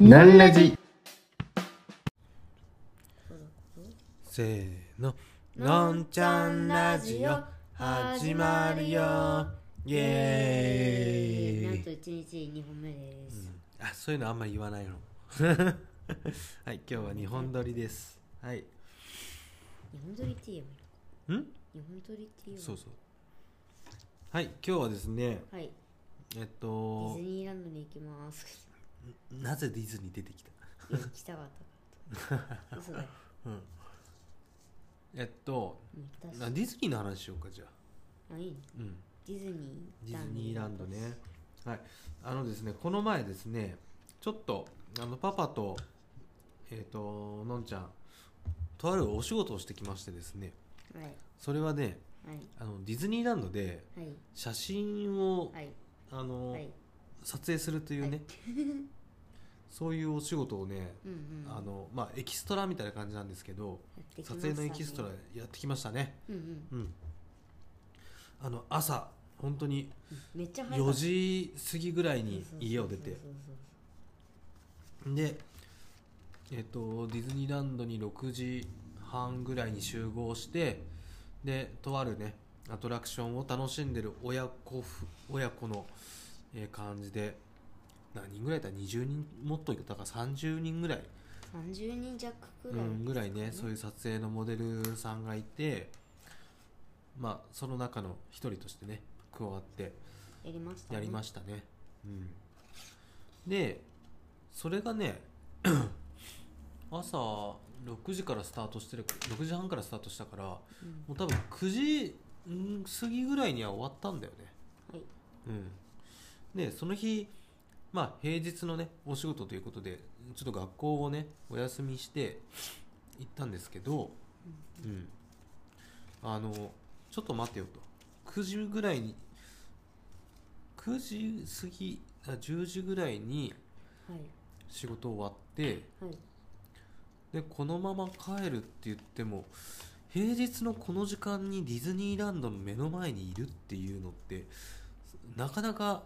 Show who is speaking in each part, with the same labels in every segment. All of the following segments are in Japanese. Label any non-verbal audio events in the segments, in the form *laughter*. Speaker 1: なんラジ
Speaker 2: せーの。のんちゃんラジオ始まるよ。イエー
Speaker 3: なん
Speaker 2: イ
Speaker 3: と、一日二本目です、
Speaker 2: あ、そういうのあんまり言わないの。 *laughs* はい、今日は日本撮りです。はい。ん
Speaker 3: 日本撮りって言えばいいの日本撮りって言えばいいの
Speaker 2: そうそう。はい、今日はですね、
Speaker 3: はい
Speaker 2: えっ
Speaker 3: ディ
Speaker 2: と
Speaker 3: ズ、ニーランドに行き
Speaker 2: *laughs*
Speaker 3: ます
Speaker 2: なぜディズニー出てきた
Speaker 3: いや行きたかったから嘘だよ
Speaker 2: えっと、
Speaker 3: もう行ったし
Speaker 2: なディズニーの話しようか、じゃあ。
Speaker 3: あいいの
Speaker 2: うん。
Speaker 3: ディズニー
Speaker 2: ディズニーランドね。はい。あのですね、この前ですね、ちょっと、あの、パパと、えっ、と、のんちゃん、とあるお仕事をしてきましてですね、
Speaker 3: はい
Speaker 2: それはね、
Speaker 3: はい
Speaker 2: あの、ディズニーランドで、
Speaker 3: はい
Speaker 2: 写真を、
Speaker 3: はい
Speaker 2: あの、
Speaker 3: はい
Speaker 2: 撮影するというね、 *laughs* そういうお仕事をね、
Speaker 3: うんうん
Speaker 2: あの、まあ、エキストラみたいな感じなんですけど、
Speaker 3: やってきま
Speaker 2: 撮
Speaker 3: した
Speaker 2: 影
Speaker 3: ね
Speaker 2: のエキストラやってきましたね。
Speaker 3: うんうん
Speaker 2: うん。あの、朝、本当に
Speaker 3: めっちゃ早か
Speaker 2: 4
Speaker 3: った
Speaker 2: 時過ぎぐらいに
Speaker 3: そうそうそう
Speaker 2: 家を出て
Speaker 3: そうそうそう
Speaker 2: でえっとディズニーランドに6時半ぐらいに集合してでとあるねアトラクションを楽しんでる親子ふ親子の、えー感じで何人ぐらいだった20人もっといたか30人ぐらい、
Speaker 3: 30人弱く
Speaker 2: う
Speaker 3: らい、
Speaker 2: ん、ぐらいねそういう撮影のモデルさんがいてまあその中の一人としてね加わって
Speaker 3: やりました、ね、
Speaker 2: やりま
Speaker 3: し
Speaker 2: したね、うん、でそれがね *clears throat* 朝6時からスタートしてる6時半からスタートしたからも
Speaker 3: た、うん
Speaker 2: う多分9時ん過ぎぐらいには終わったんだよね
Speaker 3: はい
Speaker 2: うんでその日まあ平日のねお仕事ということでちょっと学校をねお休みして行ったんですけどうんあのちょっと待てよと9時ぐらいに9時過ぎあ10時ぐらいに
Speaker 3: はい
Speaker 2: 仕事終わって
Speaker 3: はい
Speaker 2: でこのまま帰るって言っても平日のこの時間にディズニーランドの目の前にいるっていうのってなかなか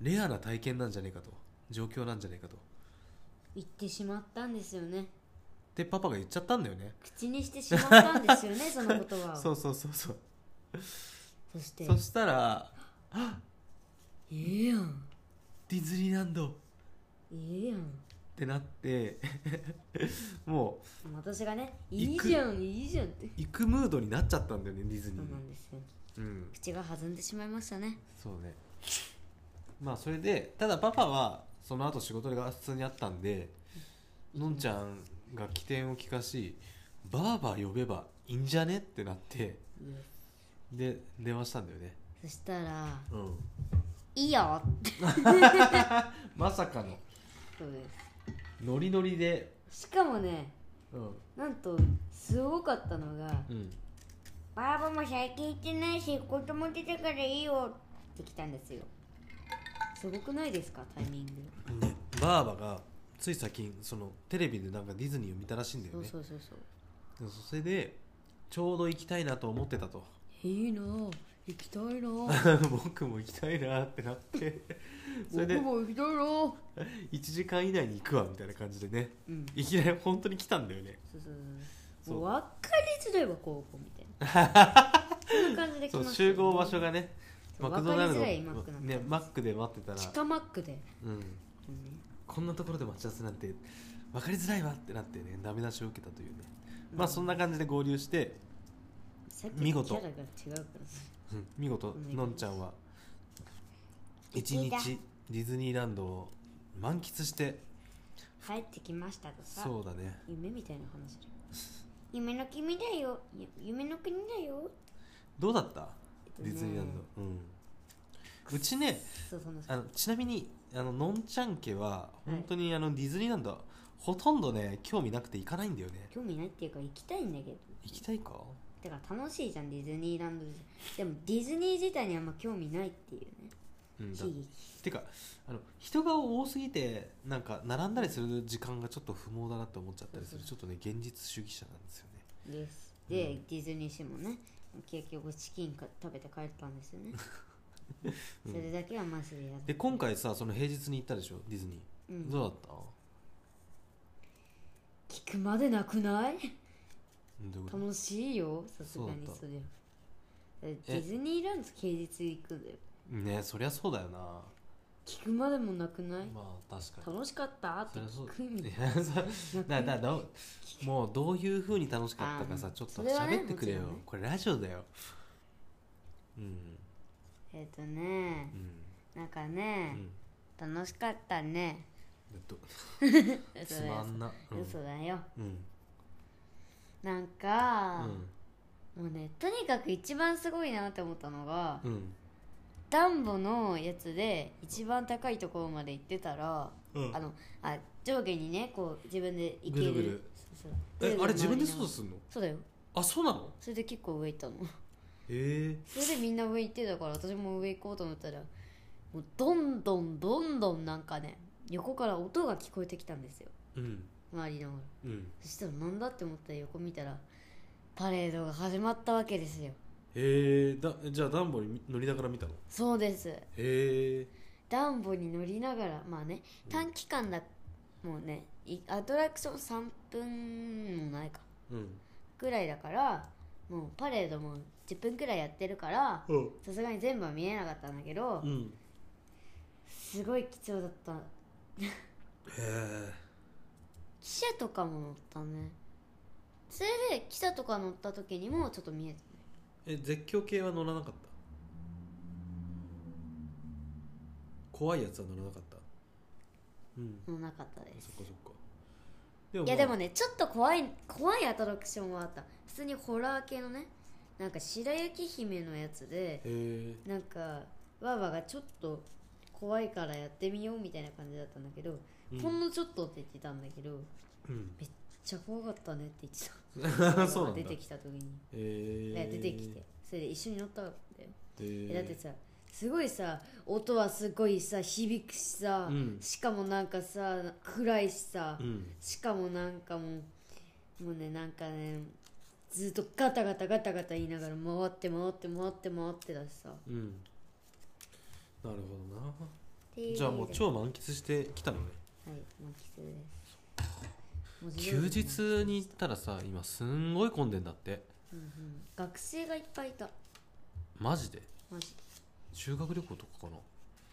Speaker 2: レアな体験なんじゃねえかと状況なんじゃねえかと
Speaker 3: 行ってしまったんですよね
Speaker 2: でパパが言っちゃったんだよね
Speaker 3: 口にしてしまったんですよねその言
Speaker 2: *laughs*
Speaker 3: 葉を
Speaker 2: そうそうそうそう
Speaker 3: そして
Speaker 2: そしたら
Speaker 3: ええやん
Speaker 2: ディズニーランドっ
Speaker 3: ええやん
Speaker 2: てなって *laughs* もう
Speaker 3: 私がね「い
Speaker 2: 行
Speaker 3: い
Speaker 2: く
Speaker 3: じゃんいいじゃん」って
Speaker 2: 行くムードになっちゃったんだよねディズニ
Speaker 3: そ
Speaker 2: ー
Speaker 3: う
Speaker 2: に
Speaker 3: なんですよ
Speaker 2: うん
Speaker 3: 口が弾んでしまいましたね
Speaker 2: そうねまあそれでただパパはその後仕事が普通にあったんでのんちゃんが起点を聞かしバーバー呼べばいいんじゃねってなってで電話したんだよね
Speaker 3: そしたら
Speaker 2: うん
Speaker 3: 「いいよ」って
Speaker 2: まさかの
Speaker 3: そうです
Speaker 2: ノリノリで
Speaker 3: しかもね
Speaker 2: うん
Speaker 3: なんとすごかったのが
Speaker 2: うん
Speaker 3: 「ばあばも最近行ってないし子供出てからいいよ」って来たんですよすごくないですかタイミング、
Speaker 2: ねバーバがつい最近そのテレビでなんかディズニーを見たらしいんだよ
Speaker 3: そう
Speaker 2: ね
Speaker 3: そうそうそう
Speaker 2: そうそれでちょうど行きたいなと思ってたと
Speaker 3: いいなぁ行きたいなぁ
Speaker 2: 僕も行きたいなってな *laughs* って *laughs* それで
Speaker 3: 僕も行きたいなぁ
Speaker 2: 1時間以内に行くわみたいな感じでね
Speaker 3: うん
Speaker 2: いきなり本当に来たんだよね
Speaker 3: そうそうそう
Speaker 2: そう
Speaker 3: もう分かりづらいわ高校
Speaker 2: *laughs*
Speaker 3: みたいなそんな感じで来
Speaker 2: そ
Speaker 3: ま
Speaker 2: う
Speaker 3: した
Speaker 2: 集合場所がね
Speaker 3: そう
Speaker 2: マクドナルド
Speaker 3: わかりづらいマックなんだ
Speaker 2: ねマックで待ってた
Speaker 3: 地
Speaker 2: ら、
Speaker 3: 下マックで、
Speaker 2: うん、こんなところで待ち合わせなんて分かりづらいわってなってねダメ出しを受けたというねまあそんな感じで合流して、
Speaker 3: さっき
Speaker 2: 見
Speaker 3: のキ
Speaker 2: 事
Speaker 3: ャラが違うからさ
Speaker 2: うん見事
Speaker 3: うん
Speaker 2: のんちゃんは一
Speaker 3: いいだ
Speaker 2: 日ディズニーランドを満喫して
Speaker 3: 帰ってきましたとさ
Speaker 2: そうだね
Speaker 3: 夢みたいな話だよ夢の君だよゆ夢の国だよ
Speaker 2: どうだった
Speaker 3: えっと
Speaker 2: デ
Speaker 3: ね
Speaker 2: ィズニーランド、うん、うちね
Speaker 3: そうその
Speaker 2: あのちなみにあののんちゃん家は本当にあのディズニーランドはほとんどね興味なくて行かないんだよね
Speaker 3: 興味ないっていうか行きたいんだけど
Speaker 2: 行きたいか
Speaker 3: だから楽しいじゃんディズニーランドででもディズニー自体にあんま興味ないっていうね
Speaker 2: うんだ
Speaker 3: 悲劇
Speaker 2: てかあの人が多すぎてなんか並んだりする時間がちょっと不毛だなって思っちゃったりするちょっとね現実主義者なんですよね
Speaker 3: ですで、ディズニーシーもね結局チキンか食べて帰ったんですよね、それだけはマジでやだ
Speaker 2: で今回さその平日に行ったでしょディズニー、
Speaker 3: うん
Speaker 2: どうだった
Speaker 3: 聞くまでなくない
Speaker 2: どういうこと
Speaker 3: 楽しいよさすがに
Speaker 2: そうだった
Speaker 3: それはえディズニーランド平日行くで
Speaker 2: ねそりゃそうだよな
Speaker 3: 聞くまでもなくない
Speaker 2: まあ確かに
Speaker 3: 楽しかったって
Speaker 2: そりゃそう
Speaker 3: 聞く
Speaker 2: い
Speaker 3: み
Speaker 2: やそ
Speaker 3: 泣く
Speaker 2: *laughs* だだだもうどういうふうに楽しかったか
Speaker 3: あ
Speaker 2: さ
Speaker 3: ー
Speaker 2: ちょっと
Speaker 3: それはね
Speaker 2: 喋ってくれよ、
Speaker 3: もちろんね
Speaker 2: これラジオだようん
Speaker 3: えっ、とね
Speaker 2: うん
Speaker 3: なんか
Speaker 2: う
Speaker 3: ね、
Speaker 2: ん
Speaker 3: 楽しかったね
Speaker 2: えっと
Speaker 3: 嘘
Speaker 2: つ
Speaker 3: だ
Speaker 2: ま
Speaker 3: よ
Speaker 2: んなうん
Speaker 3: 嘘だよ
Speaker 2: うん
Speaker 3: なん
Speaker 2: う
Speaker 3: か、
Speaker 2: ん
Speaker 3: もうねとにかく一番すごいなって思ったのが、
Speaker 2: うん
Speaker 3: ダンボのやつで一番高いところまで行ってたら、
Speaker 2: うん
Speaker 3: あのあ上下にねこう自分で行け
Speaker 2: ぐる
Speaker 3: る
Speaker 2: ぐる
Speaker 3: そう
Speaker 2: えあれ自分で操
Speaker 3: そう
Speaker 2: 作
Speaker 3: ぐるぐる回りながら
Speaker 2: す
Speaker 3: そうだよ
Speaker 2: んのあそうなの
Speaker 3: それで結構上行ったの *laughs*
Speaker 2: へえ
Speaker 3: それでみんな上行ってたから私も上行こうと思ったらもうどんどんどんどんなんかね横から音が聞こえてきたんですよ
Speaker 2: うん
Speaker 3: 周りの
Speaker 2: うん
Speaker 3: そしたらなんだって思ったら横見たらパレードが始まったわけですよ
Speaker 2: へえだじゃあダンボに乗りながら見たの
Speaker 3: そうです
Speaker 2: へえ
Speaker 3: ダンボに乗りながらまあね短期間だもうねいアトラクション3分もないか
Speaker 2: うん
Speaker 3: ぐらいだからもうパレードも10分くらいやってるから
Speaker 2: うん
Speaker 3: さすがに全部は見えなかったんだけど
Speaker 2: うん
Speaker 3: すごい貴重だった
Speaker 2: へえ
Speaker 3: 汽車とかも乗ったねそれで汽車とか乗った時にもちょっと見えた
Speaker 2: え絶叫系は乗らなかった怖いやつは乗らなかったうん
Speaker 3: のなかったです
Speaker 2: そっかそっかでも
Speaker 3: いやでもねちょっと怖い怖いアトラクションはあった普通にホラー系のねなんか白雪姫のやつで
Speaker 2: へ
Speaker 3: なんかわわがちょっと怖いからやってみようみたいな感じだったんだけど、
Speaker 2: え
Speaker 3: ほんのちょっとって言ってたんだけどめっ
Speaker 2: うん *laughs*
Speaker 3: ちゃ怖かったねって言ってた
Speaker 2: そうなん
Speaker 3: *laughs*
Speaker 2: だ
Speaker 3: 出てきた時に、
Speaker 2: へえ
Speaker 3: 出てきてそれで一緒に乗ったんだよ、え
Speaker 2: へえ
Speaker 3: だってさすごいさ音はすごいさ響くしさ、
Speaker 2: うん
Speaker 3: しかもなんかさ暗いしさ、
Speaker 2: うん
Speaker 3: しかもなんかもうもうねなんかねずっとガタガタガタガタ言いながら回って回って回って回ってだしさ
Speaker 2: うんなるほどなじゃあもう超満喫してきたのね
Speaker 3: はい満喫です
Speaker 2: 休
Speaker 3: 文字通り
Speaker 2: 日に行ったらさ今すんごい混んでんだって
Speaker 3: うんうん学生がいっぱいいた
Speaker 2: マジで
Speaker 3: マジ
Speaker 2: 修学旅行とかかな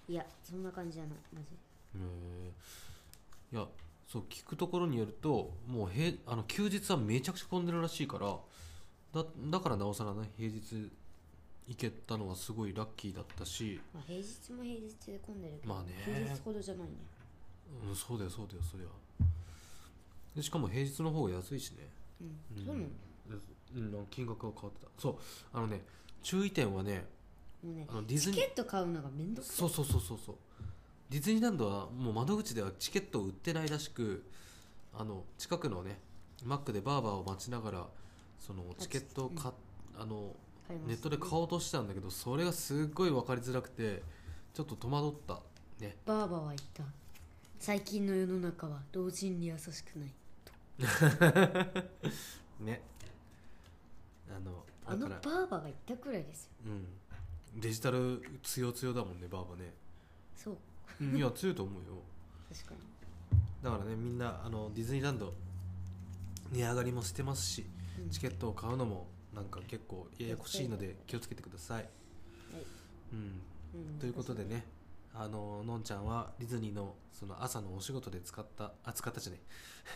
Speaker 2: い
Speaker 3: やそんな感じじゃないマジ
Speaker 2: へえいやそう聞くところによるともうへあの休日はめちゃくちゃ混んでるらしいからだだからなおさらね平日行けたのはすごいラッキーだったし、
Speaker 3: まあ平日も平日で混んでるけど、
Speaker 2: まあね
Speaker 3: 平日ほどじゃないね
Speaker 2: うん、そうだよそうだよそりゃでしかも平日の方が安いしね
Speaker 3: うん、そうなのも
Speaker 2: うん、うん、金額が変わってたそうあのね注意点はね
Speaker 3: うね
Speaker 2: あのディズ
Speaker 3: チ
Speaker 2: ニー
Speaker 3: ケット買うのがめんどくさ
Speaker 2: そうそうそうそうそうディズニーランドはもう窓口ではチケットを売ってないらしくあの近くのねマックでバーバーを待ちながらそのチケットをか、あの
Speaker 3: 買います
Speaker 2: ネットで買おうとしてたんだけどそれがすっごい分かりづらくてちょっと戸惑った *laughs* ね
Speaker 3: バーバーは言った最近の世の中は老人に優しくない
Speaker 2: ねあの
Speaker 3: あのバ
Speaker 2: だから
Speaker 3: ーバーが言ったくらいですよ
Speaker 2: うんデジタル強強だもんねバーバーね
Speaker 3: そう
Speaker 2: うんいや強いと思うよ
Speaker 3: 確かに
Speaker 2: だからねみんなあのディズニーランド値上がりもしてますし、
Speaker 3: うん
Speaker 2: チケットを買うのもなんか結構ややこしいので気をつけてください、うん、
Speaker 3: うん
Speaker 2: ということでねあののんちゃんはディズニーのその朝のお仕事で使ったあ使ったじゃね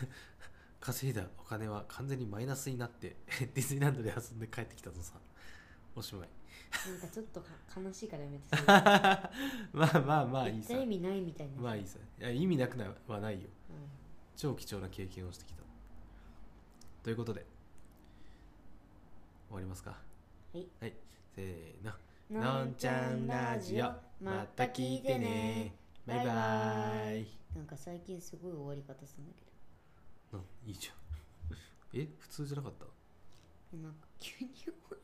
Speaker 2: え *laughs* 稼いだお金は完全にマイナスになって *laughs* ディズニーランドで遊んで帰ってきたぞさおしまい
Speaker 3: なんかちょっとか悲しいからやめてそれ
Speaker 2: *laughs* まあまあまあい
Speaker 3: 言
Speaker 2: い
Speaker 3: った
Speaker 2: さ
Speaker 3: 意味ないみたいな、
Speaker 2: まあいいさいや意味なくなはないよ
Speaker 3: うん
Speaker 2: 超貴重な経験をしてきたということで終わりますか
Speaker 3: はい、
Speaker 2: せーののんちゃんラジオまた聞いてねバイバ
Speaker 3: バイバ
Speaker 2: イ
Speaker 3: なんか最近すごい終わり方するんだけ
Speaker 2: うんいいじゃんえ普通じゃなかった
Speaker 3: どなんか急に終わる